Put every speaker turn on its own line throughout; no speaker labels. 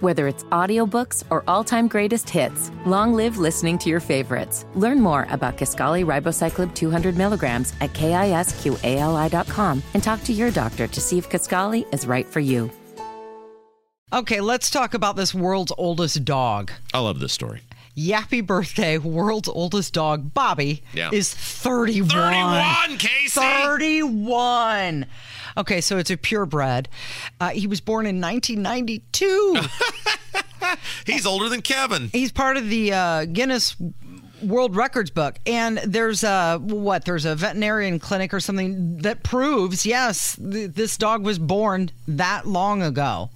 Whether it's audiobooks or all-time greatest hits, long live listening to your favorites. Learn more about Kaskali Ribocyclib 200 milligrams at kisqali.com and talk to your doctor to see if Kaskali is right for you.
Okay, let's talk about this world's oldest dog.
I love this story.
Yappy birthday, world's oldest dog, Bobby,
Yeah.
is 31.
31, Casey!
31. Okay, so it's a purebred. Uh, he was born in 1992.
He's older than Kevin.
He's part of the uh, Guinness World Records book, and there's a what? There's a veterinarian clinic or something that proves yes, th- this dog was born that long ago.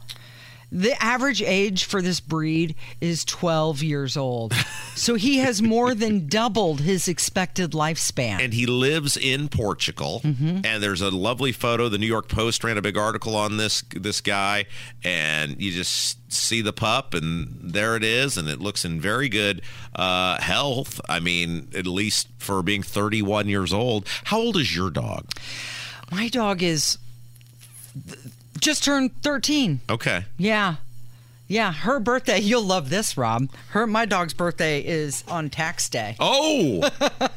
The average age for this breed is 12 years old, so he has more than doubled his expected lifespan.
and he lives in Portugal.
Mm-hmm.
And there's a lovely photo. The New York Post ran a big article on this this guy, and you just see the pup, and there it is, and it looks in very good uh, health. I mean, at least for being 31 years old. How old is your dog?
My dog is th- just turned 13.
Okay,
Yeah. Yeah, her birthday, you'll love this, Rob. Her my dog's birthday is on tax day.
Oh,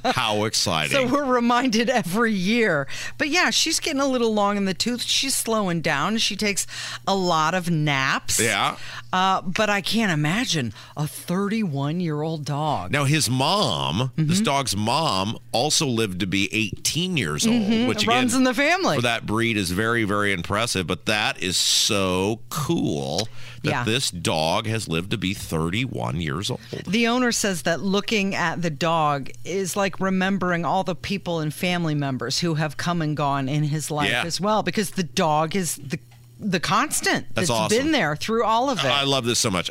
how exciting!
So we're reminded every year. But yeah, she's getting a little long in the tooth. She's slowing down. She takes a lot of naps.
Yeah.
Uh, but I can't imagine a 31 year old dog.
now his mom,
Mm-hmm.
this dog's mom, also lived to be 18 years old, which
It Mm-hmm. runs
again,
in the family.
for that breed is very, very impressive. But that is so cool that
Yeah.
this dog has lived to be 31 years old.
The owner says that looking at the dog is like remembering all the people and family members who have come and gone in his life
Yeah.
as well, because the dog is the the constant that's
That's awesome.
been there through all of it.
I love this so much.